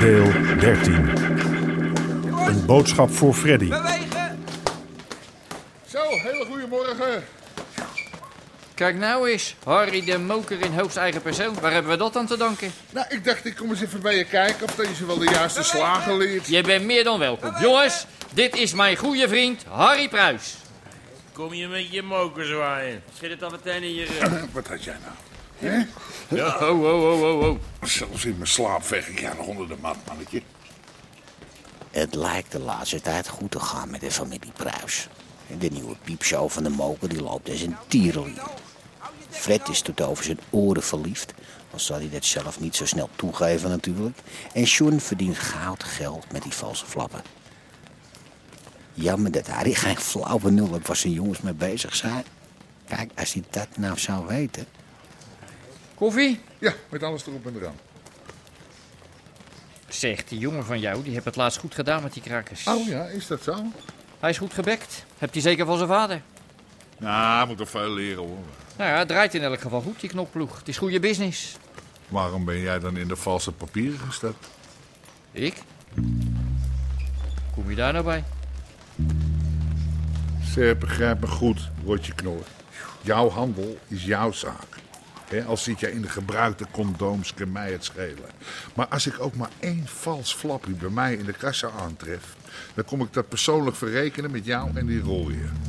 Deel 13. Een boodschap voor Freddy. Bewegen! Zo, hele goede morgen. Kijk nou eens, Harry de Moker in hoogst eigen persoon. Waar hebben we dat aan te danken? Nou, ik dacht ik kom eens even bij je kijken of dat je ze wel de juiste slagen leert. Je bent meer dan welkom. Jongens, dit is mijn goede vriend Harry Pruis. Kom je met je moker zwaaien? Schiet het dan meteen in je rug. Wat had jij nou? Hè? Oh, oh, oh, oh, oh. Zelfs in mijn slaap veeg ik jou nog onder de mat, mannetje. Het lijkt de laatste tijd goed te gaan met de familie Pruis. De nieuwe piepshow van de moker die loopt als een tierenlier. Fred is tot over zijn oren verliefd, al zal hij dat zelf niet zo snel toegeven natuurlijk. En John verdient goud geld met die valse flappen. Jammer dat Harry geen flauw benul heeft waar zijn jongens mee bezig zijn. Kijk, als hij dat nou zou weten. Koffie? Ja, met alles erop en eraan. Zeg, die jongen van jou, die heeft het laatst goed gedaan met die krakers. Oh ja, is dat zo? Hij is goed gebekt. Hebt hij zeker van zijn vader. Nou, moet nog veel leren hoor. Nou ja, het draait in elk geval goed, die knopploeg. Het is goede business. Waarom ben jij dan in de valse papieren gestapt? Ik? Kom je daar nou bij? Ze begrijp me goed, Rotje Knor. Jouw handel is jouw zaak. Hè, al zit jij in de gebruikte condooms, kan mij het schelen. Maar als ik ook maar één vals flappie bij mij in de kassa aantref... dan kom ik dat persoonlijk verrekenen met jou en die rooien.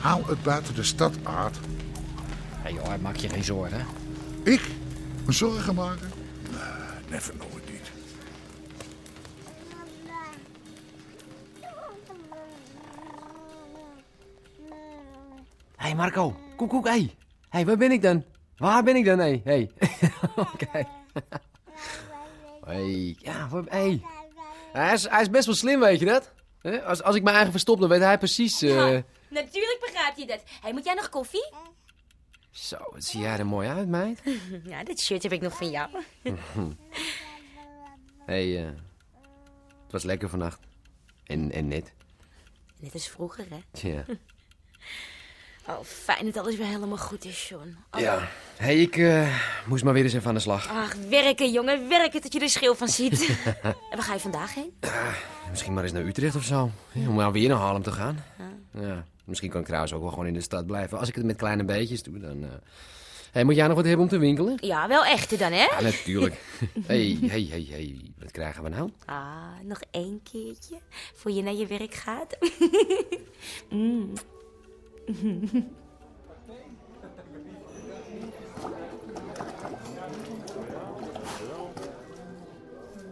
Hou het buiten de stad, Aard. Hé joh, maak je geen zorgen. Ik? Me zorgen maken? Nee, never nooit niet. Hé hey Marco, koek koek, hé. Hey. hey, waar ben ik dan? Waar ben ik dan, hé? Hey? Kijk. hey, ja, waar, hey. Hij, is, hij is best wel slim, weet je dat? Hè? Als, als ik mijn eigen verstop, dan weet hij precies... eh, Ja, natuurlijk begrijpt hij dat. Hey, moet jij nog koffie? Zo, wat zie jij er mooi uit, meid. Ja, dit shirt heb ik nog van jou. Hé, hey, eh, het was lekker vannacht. En, en net. Net als vroeger, hè? Ja. Oh, fijn dat alles weer helemaal goed is, John. Oh. ja. Hé, hey, ik eh, moest maar weer eens even aan de slag. Ach, werken, jongen, werken dat je er schil van ziet. en waar ga je vandaag heen? Misschien maar eens naar Utrecht of zo. Ja, om nou weer naar Harlem te gaan. Ja. Misschien kan ik trouwens ook wel gewoon in de stad blijven. Als ik het met kleine beetjes doe, dan... eh. Hey, moet jij nog wat hebben om te winkelen? Ja, wel echte dan, hè? Ja, natuurlijk. hey, hey, hey, hey. Wat krijgen we nou? Ah, nog één keertje voor je naar je werk gaat. Mm.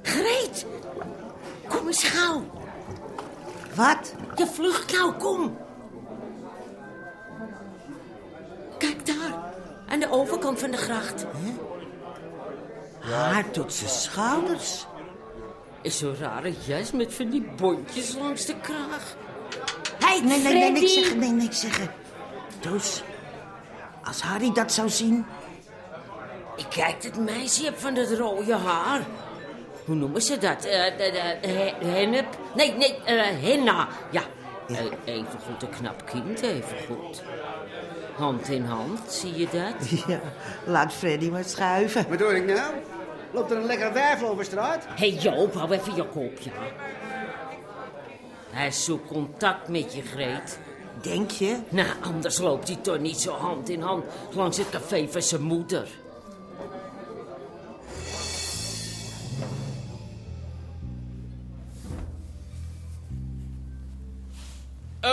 Greet! Kom eens gauw. Wat? Je vlucht nou, kom. Kijk daar, aan de overkant van de gracht. Haar tot zijn schouders. Is Zo'n rare jas met van die bontjes langs de kraag. Hey, nee, nee, nee, niks Freddy. zeggen, nee, niks zeggen. Dus, als Harry dat zou zien... Ik kijk dat meisje heb van dat rode haar. Hoe noemen ze dat? Eh de, de, he- hennep? Nee, nee, eh, henna. Ja, Eh, even goed een knap kind, even goed. Hand in hand, zie je dat? Ja, laat Freddy maar schuiven. Wat doe ik nou? Loopt er een lekkere wijf over straat? Hé hey Joop, hou even je kop, ja. Hij zoekt contact met je, Greet. Denk je? Nou, anders loopt hij toch niet zo hand in hand langs het café van zijn moeder.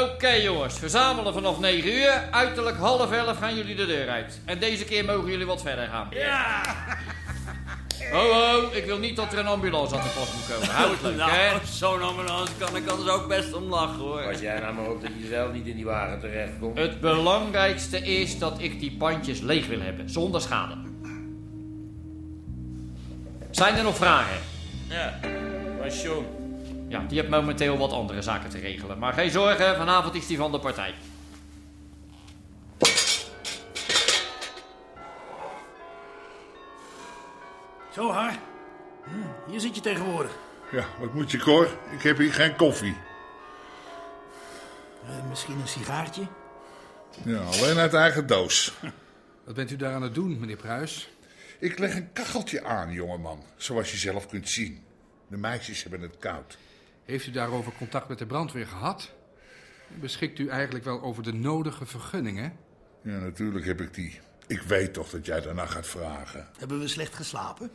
Oké jongens, verzamelen vanaf 9 uur. Uiterlijk half 11 gaan jullie de deur uit. En deze keer mogen jullie wat verder gaan. Ho, ho, ik wil niet dat er een ambulance aan de pas moet komen. Hou het leuk, nou, hè? zo'n ambulance kan ik anders ook best om lachen, hoor. Als jij nou maar hoopt dat je zelf niet in die wagen terechtkomt. Het belangrijkste is dat ik die pandjes leeg wil hebben, zonder schade. Zijn er nog vragen? Ja, was John. Ja, die heeft momenteel wat andere zaken te regelen. Maar geen zorgen, vanavond is die van de partij. Zo, Har. Hm, Hier zit je tegenwoordig. Ja, wat moet je, Cor? Ik heb hier geen koffie. Eh, misschien een sigaartje? Ja, alleen uit eigen doos. Wat bent u daar aan het doen, meneer Pruis? Ik leg een kacheltje aan, jongeman. Zoals je zelf kunt zien. De meisjes hebben het koud. Heeft u daarover contact met de brandweer gehad? Beschikt u eigenlijk wel over de nodige vergunningen? Ja, natuurlijk heb ik die. Ik weet toch dat jij daarna gaat vragen. Hebben we slecht geslapen?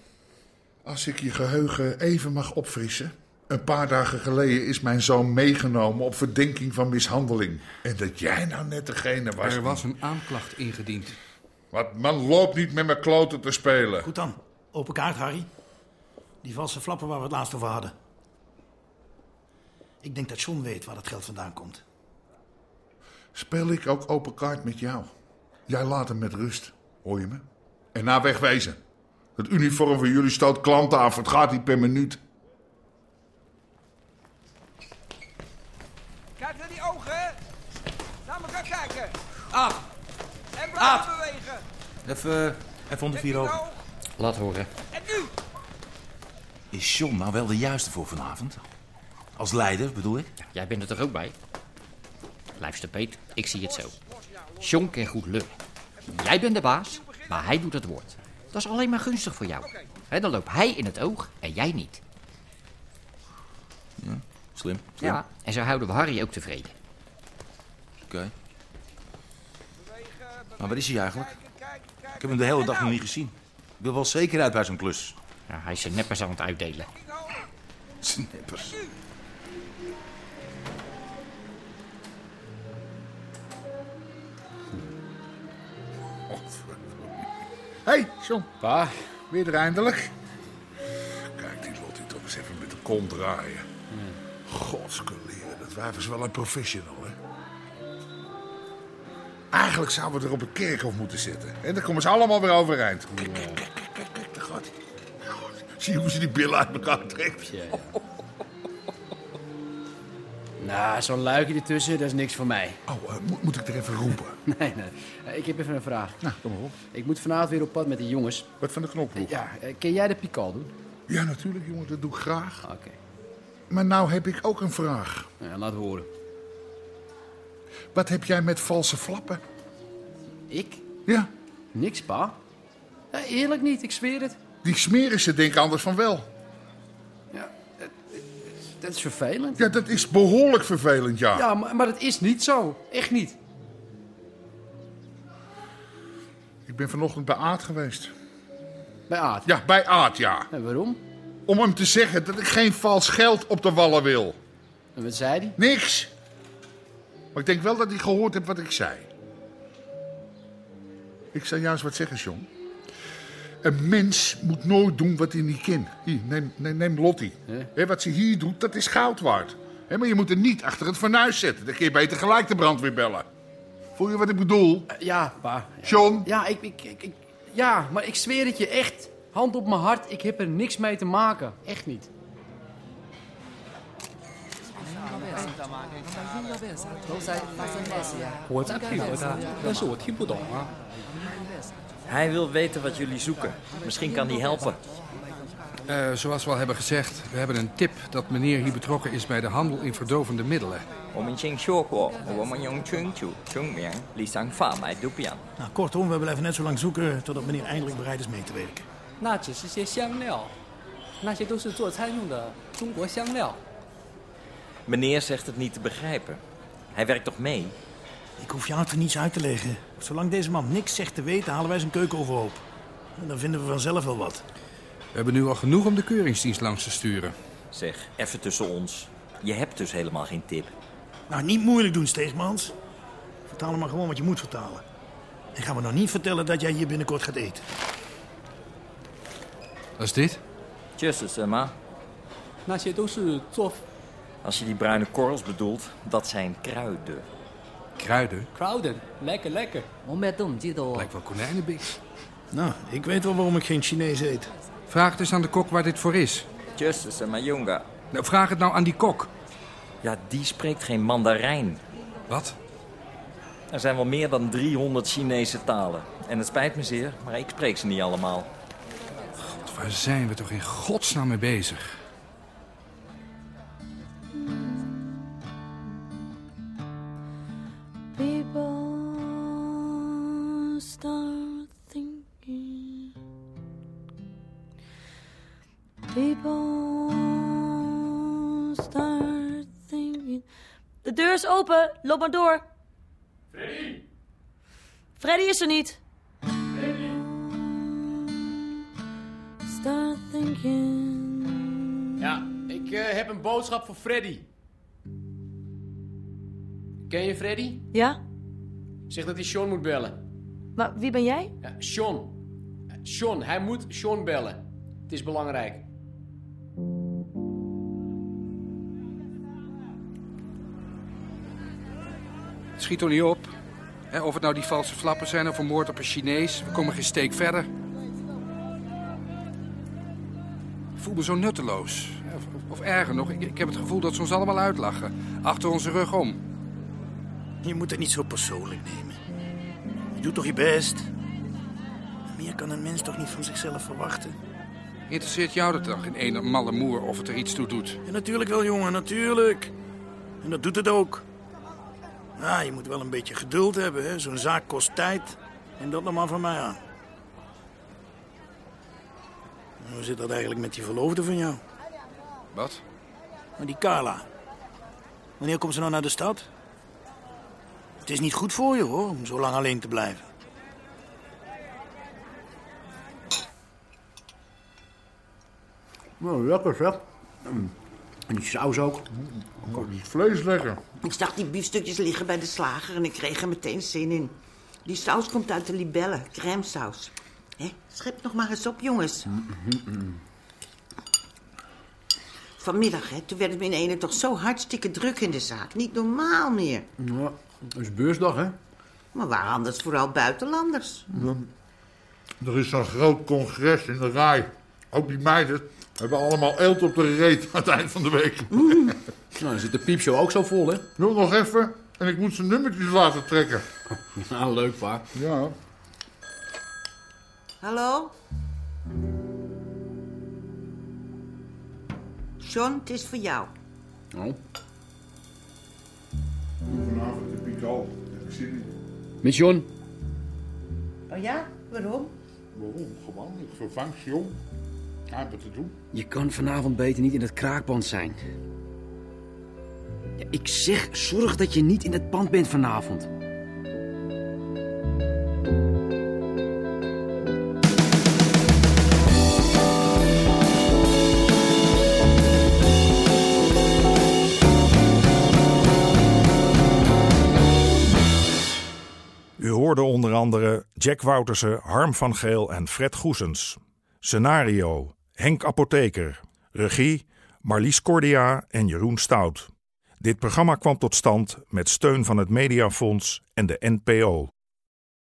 Als ik je geheugen even mag opfrissen. Een paar dagen geleden is mijn zoon meegenomen op verdenking van mishandeling. En dat jij nou net degene was. Er was die- een aanklacht ingediend. Wat man loopt niet met mijn kloten te spelen. Goed dan. Open kaart, Harry. Die valse flappen waar we het laatst over hadden. Ik denk dat John weet waar dat geld vandaan komt. Speel ik ook open kaart met jou. Jij laat hem met rust, hoor je me? En na wegwezen. Het uniform van jullie stoot klanten af. Het gaat niet per minuut. Kijk naar die ogen. Laat me gaan kijken. Af. En blijf Af. bewegen. Even, even onder vier ogen. Laat horen. En nu. Is John nou wel de juiste voor vanavond? Als leider, bedoel ik? Jij bent er toch ook bij? Luister, Peet, ik zie het zo. John kan goed lullen. Jij bent de baas, maar hij doet het woord. Dat is alleen maar gunstig voor jou. Hè, dan loopt hij in het oog en jij niet. Ja, slim. slim. Ja, en zo houden we Harry ook tevreden. Oké. Maar waar is hij eigenlijk? Ik heb hem de hele dag nog niet gezien. Ik wil wel zeker uit bij zo'n klus. Ja, hij is zijn neppers aan het uitdelen. Zijn neppers. Hé, hey, John. Pa. Weer er eindelijk. Kijk die Lottie toch eens even met de kont draaien. Godskeleren, dat wijf is wel een professional, hè? Eigenlijk zouden we er op het kerkhof moeten zitten. En dan komen ze allemaal weer overeind. Kijk, kijk, kijk, kijk, kijk, kijk, daar gaat hij. Zie je hoe ze die billen uit elkaar trekt? Nou, zo'n luikje ertussen, dat is niks voor mij. Oh, moet ik er even roepen? nee, nee. Eh, Ik heb even een vraag. Nou, kom maar op. Ik moet vanavond weer op pad met de jongens. Wat van de knopploeg? Ja, eh, ken jij de Pikal doen? Ja, natuurlijk, jongen, dat doe ik graag. Oké. Nou Maar nou heb ik ook een vraag. Ja, laten we horen. Wat heb jij met valse flappen? Ik? Ja. Niks, pa. Ja, eerlijk niet, ik zweer het. Die smerissen denken anders van wel. Ja, eh, dat is vervelend. Ja, dat is behoorlijk vervelend, ja. Ja, maar, maar dat is niet zo. Echt niet. Ik ben vanochtend bij Aad geweest. Bij Aad? Ja, bij Aad, ja. En waarom? Om hem te zeggen dat ik geen vals geld op de wallen wil. En wat zei hij? Niks. Maar ik denk wel dat hij gehoord heeft wat ik zei. Ik zou juist wat zeggen, John. Een mens moet nooit doen wat hij niet kan. Hier, neem, neem, neem Lottie. Hè, wat ze hier doet, dat is goud waard. Hè, maar je moet er niet achter het fornuis zetten. Dan kun je beter gelijk de brandweer bellen. Voel je wat ik bedoel? ja, pa. John? Ja, ik, ik, ik, ik- ja, maar ik zweer het je echt. Hand op mijn hart, ik heb er niks mee te maken. Echt niet. Hij wil weten wat jullie zoeken. Misschien kan hij helpen. Eh, zoals we al hebben gezegd, we hebben een tip dat meneer hier betrokken is bij de handel in verdovende middelen. 我们先说过，我们用春酒证明李想贩卖毒品， Nou, kortom, we blijven net zo lang zoeken totdat meneer eindelijk bereid is mee te werken. 那只是些香料，那些都是做餐用的中国香料。 Meneer zegt het niet te begrijpen. Hij werkt toch mee? Ik hoef jou er niets uit te leggen. Zolang deze man niks zegt te weten, halen wij zijn keuken overhoop. En dan vinden we vanzelf wel wat. We hebben nu al genoeg om de keuringsdienst langs te sturen. Zeg, even tussen ons. Je hebt dus helemaal geen tip. Nou, niet moeilijk doen, Steegmans. Vertaal hem maar gewoon wat je moet vertalen. En ga me nou niet vertellen dat jij hier binnenkort gaat eten. Wat is dit? Tjusses, eh, Emma. Als je die bruine korrels bedoelt, dat zijn kruiden. Kruiden? Crowden, lekker, lekker. Lijkt wel konijnenbix. Nou, ik weet wel waarom ik geen Chinees eet. Vraag dus aan de kok waar dit voor is. Tjusses, Emma Jonga. Nou, vraag het nou aan die kok. Ja, die spreekt geen Mandarijn. Wat? Er zijn wel meer dan 300 Chinese talen. En het spijt me zeer, maar ik spreek ze niet allemaal. Waar zijn we toch in godsnaam mee bezig? People start thinking. People start thinking. De deur is open. Loop maar door. Freddy is er niet. Start thinking. Ja, ik eh, heb een boodschap voor Freddy. Ken je Freddy? Ja? Zeg dat hij Sean moet bellen. Maar wie ben jij? Ja, Sean. Eh, Sean, hij moet Sean bellen. Het is belangrijk. Het schiet toch niet op? Hè, of het nou die valse flappen zijn of een moord op een Chinees, we komen geen steek verder. Ik voel me zo nutteloos. Hè, Of, of- of erger nog, ik, ik heb het gevoel dat ze ons allemaal uitlachen. Achter onze rug om. Je moet het niet zo persoonlijk nemen. Je doet toch je best? Meer kan een mens toch niet van zichzelf verwachten? Interesseert jou dat dan in ene malle moer of het er iets toe doet? Ja, natuurlijk wel, jongen, natuurlijk. En dat doet het ook. Nou, je moet wel een beetje geduld hebben, hè. Zo'n zaak kost tijd. En dat nog maar van mij aan. En Hoe zit dat eigenlijk met die verloofde van jou? Wat? Maar die Carla. Wanneer komt ze nou naar de stad? Het is niet goed voor je, hoor, om zo lang alleen te blijven. Nou, lekker zeg. Mm. En die saus ook. Het vlees lekker. Ik zag die biefstukjes liggen bij de slager en ik kreeg er meteen zin in. Die saus komt uit de libellen, crème saus. Hè? Schep nog maar eens op, jongens. mm, Vanmiddag, hè, toen werd het me in ene toch zo hartstikke druk in de zaak. Niet normaal meer. Ja, het is beursdag, hè? Maar waar anders vooral buitenlanders? Er is zo'n groot congres in de rij. Ook die meiden hebben allemaal eelt op de reet aan het eind van de week. Nou, dan zit de piepshow ook zo vol, hè? Nog, nog even en ik moet zijn nummertjes laten trekken. Nou, leuk, pa. Ja. Hallo? John, het is voor jou. Nou, Vanavond heb ik al. Ik zit niet. Met John. Oh ja? Waarom? Waarom? Gewoon, ik vervang John. Hij heeft wat te doen. Je kan vanavond beter niet in het kraakpand zijn. Ja, ik zeg, zorg dat je niet in het pand bent vanavond. U hoorde onder andere Jack Woutersen, Harm van Geel en Fred Goesens. Scenario: Henk Apotheker. Regie: Marlies Cordia en Jeroen Stout. Dit programma kwam tot stand met steun van het Mediafonds en de NPO.